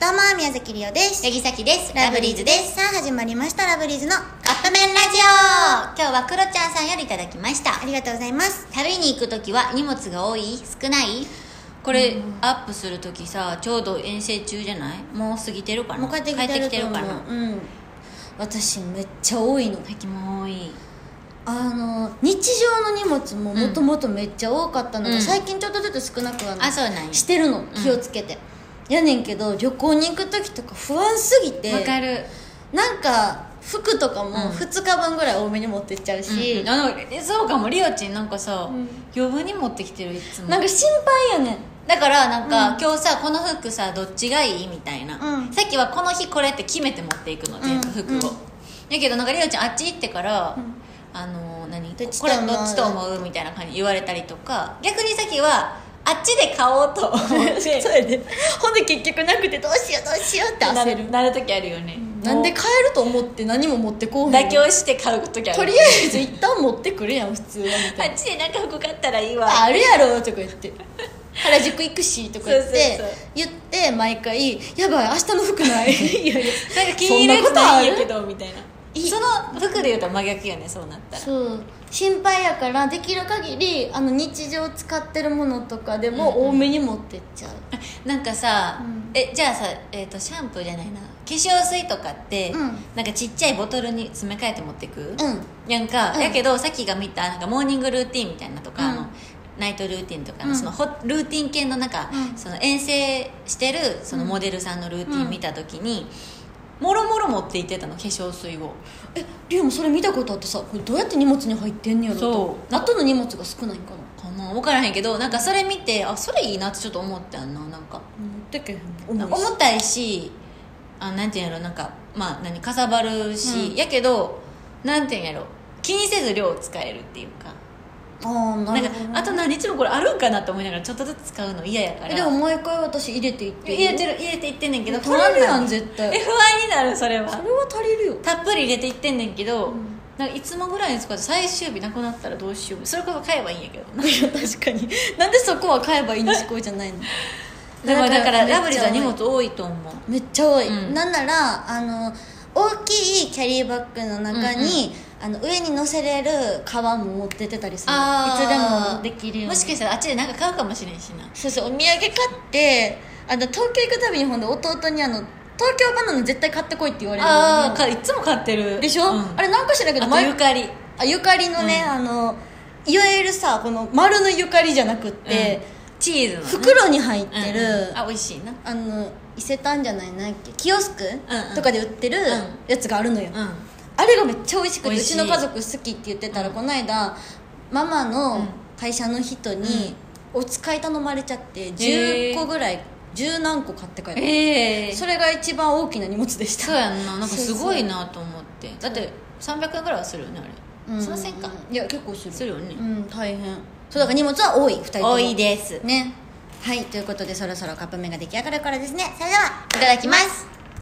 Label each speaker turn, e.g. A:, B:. A: どうも宮崎りおです
B: 八木崎ですラブリーズです
A: さあ始まりましたラブリーズのあ
B: カップ麺ラジオ今日はクロちゃんさんよりいただきました
A: りがとうございます
B: 旅に行く時は荷物が多い少ないこれアップする時さちょうど遠征中じゃないもう過ぎてるかな
A: もう帰ってきてると思う
B: かな
A: うん私めっちゃ多いの
B: 最近も多い
A: あの日常の荷物ももともとめっちゃ多かったのが、
B: うん
A: 最近ちょっとずつ少なくはな
B: あそうなんや
A: してるの気をつけて、やねんけど旅行に行く時とか不安すぎて
B: わかる
A: なんか服とかも
B: うん
A: 2日分ぐらい多めに持ってっちゃうし、
B: うんあのえそうかもリオちんなんかさ、
A: うん
B: 余分に持ってきてるいつも
A: なんか心配やねん
B: だからなんか、
A: うん
B: 今日さこの服さどっちがいいみたいな、
A: うん
B: さっきはこの日これって決めて持っていくの全部服を、
A: うんうん
B: だけどなんかりおちゃんあっち行ってから、
A: ん
B: あのー何
A: どっちと
B: これ
A: 思う
B: どっちと思うみたいな感じ言われたりとか逆にさっきはあっちで買おうと思 って
A: そうやでほんで結局なくてどうしようどうしようって
B: な
A: 焦
B: る
A: る
B: なる時あるよね、
A: なんで
B: も
A: 買えると思って何も持ってこ
B: う
A: うへん
B: 妥協して買う時あ る
A: とりあえず一旦持ってくるやん普通はみたい
B: あ
A: な
B: っちでなんか服買ったらいいわ
A: あるやろとか言って 原宿行くしとか言って
B: そうそうそう
A: 言って毎回「やばい明日の服 ない」いやいや
B: なんか気に入るやつないんやけどみたいないその服で言うと真逆よねそうなったら
A: そう心配やからできる限りあの日常使ってるものとかでも多めに持ってっちゃう、
B: なんかさ、
A: うん
B: えじゃあさ、えー、とシャンプーじゃないな化粧水とかって、
A: うん
B: なんかちっちゃいボトルに詰め替えて持ってく、
A: うん
B: なんか、
A: うん
B: やけどさっきが見たなんかモーニングルーティンみたいなとか、
A: うん
B: あのナイトルーティンとかの、
A: うん
B: そのホルーティン系のなんか、
A: うん
B: その遠征してるそのモデルさんのルーティン見た時に、もろもろ持って行ってたの化粧水を
A: えリオもそれ見たことあってさこれどうやって荷物に入ってんねやろと
B: そう
A: 後の荷物が少ないんかな
B: かな分からへんけどなんかそれ見てあそれいいなってちょっと思ったんななん
A: 持
B: か
A: ってけへん
B: 思ったいしあなんていうんやろなんかまあ何かさばるし、
A: うん
B: やけどなんていうんやろ気にせず量を使えるっていうか
A: ああな
B: なん
A: る
B: か
A: ほど
B: あと何日もこれあるんかなと思いながらちょっとずつ使うの嫌やから
A: えでも毎回私入れていって
B: 入れてる入れていってんねんけど
A: 取れるやん
B: 取
A: 絶対
B: え不安になるそれ
A: そ
B: は
A: れは足りるよ
B: たっぷり入れていってんねんけど、
A: ん
B: なんかいつもぐらいに使って最終日なくなったらどうしようそれこそ買えばいいんやけど な
A: 確かになんでそこは買えばいいの思考じゃないの
B: だからだか
A: め
B: ら
A: っちゃ
B: ラブリーズは荷物多いと思う
A: めっちゃ多い、
B: うん
A: なんならあの大きいキャリーバッグの中に、あの上に乗せれる革も持ってってたりする
B: あー
A: いつでもできるように
B: もしかしたらあっちでなんか買うかもしれんしな
A: そうそうお土産買ってあの東京行くたびにほんで弟にあの東京バナナ絶対買ってこいって言われるの
B: ああかいつも買ってる
A: でしょ、
B: うん
A: あれなんかしらんけど
B: あと
A: 前
B: ゆかり
A: あゆかりのね、あのいわゆるさこの丸のゆかりじゃなくって、
B: チーズのね
A: 袋に入ってる、
B: うんうんあ美味しいな
A: あの伊勢丹じゃないなんやっけキオスク、
B: んうん
A: とかで売ってるやつがあるのよ、
B: うん
A: あれがめっちゃ美味しくて
B: 美
A: う
B: 味し
A: ち
B: い
A: の家族好きって言ってたら、この間ママ
B: うん
A: の会社の人にお使い頼まれちゃって10個ぐらい10何個買って帰った、
B: ええ
A: それが一番大きな荷物でした
B: そうやんななんかすごいなと思ってだって300円ぐらいはするよねあれすいませんか
A: いや結構する
B: するよね
A: うん大変そうだから荷物は多い2人とも
B: 多いです
A: ねはいということでそろそろカップ麺が出来上がるからですねそれではいただきます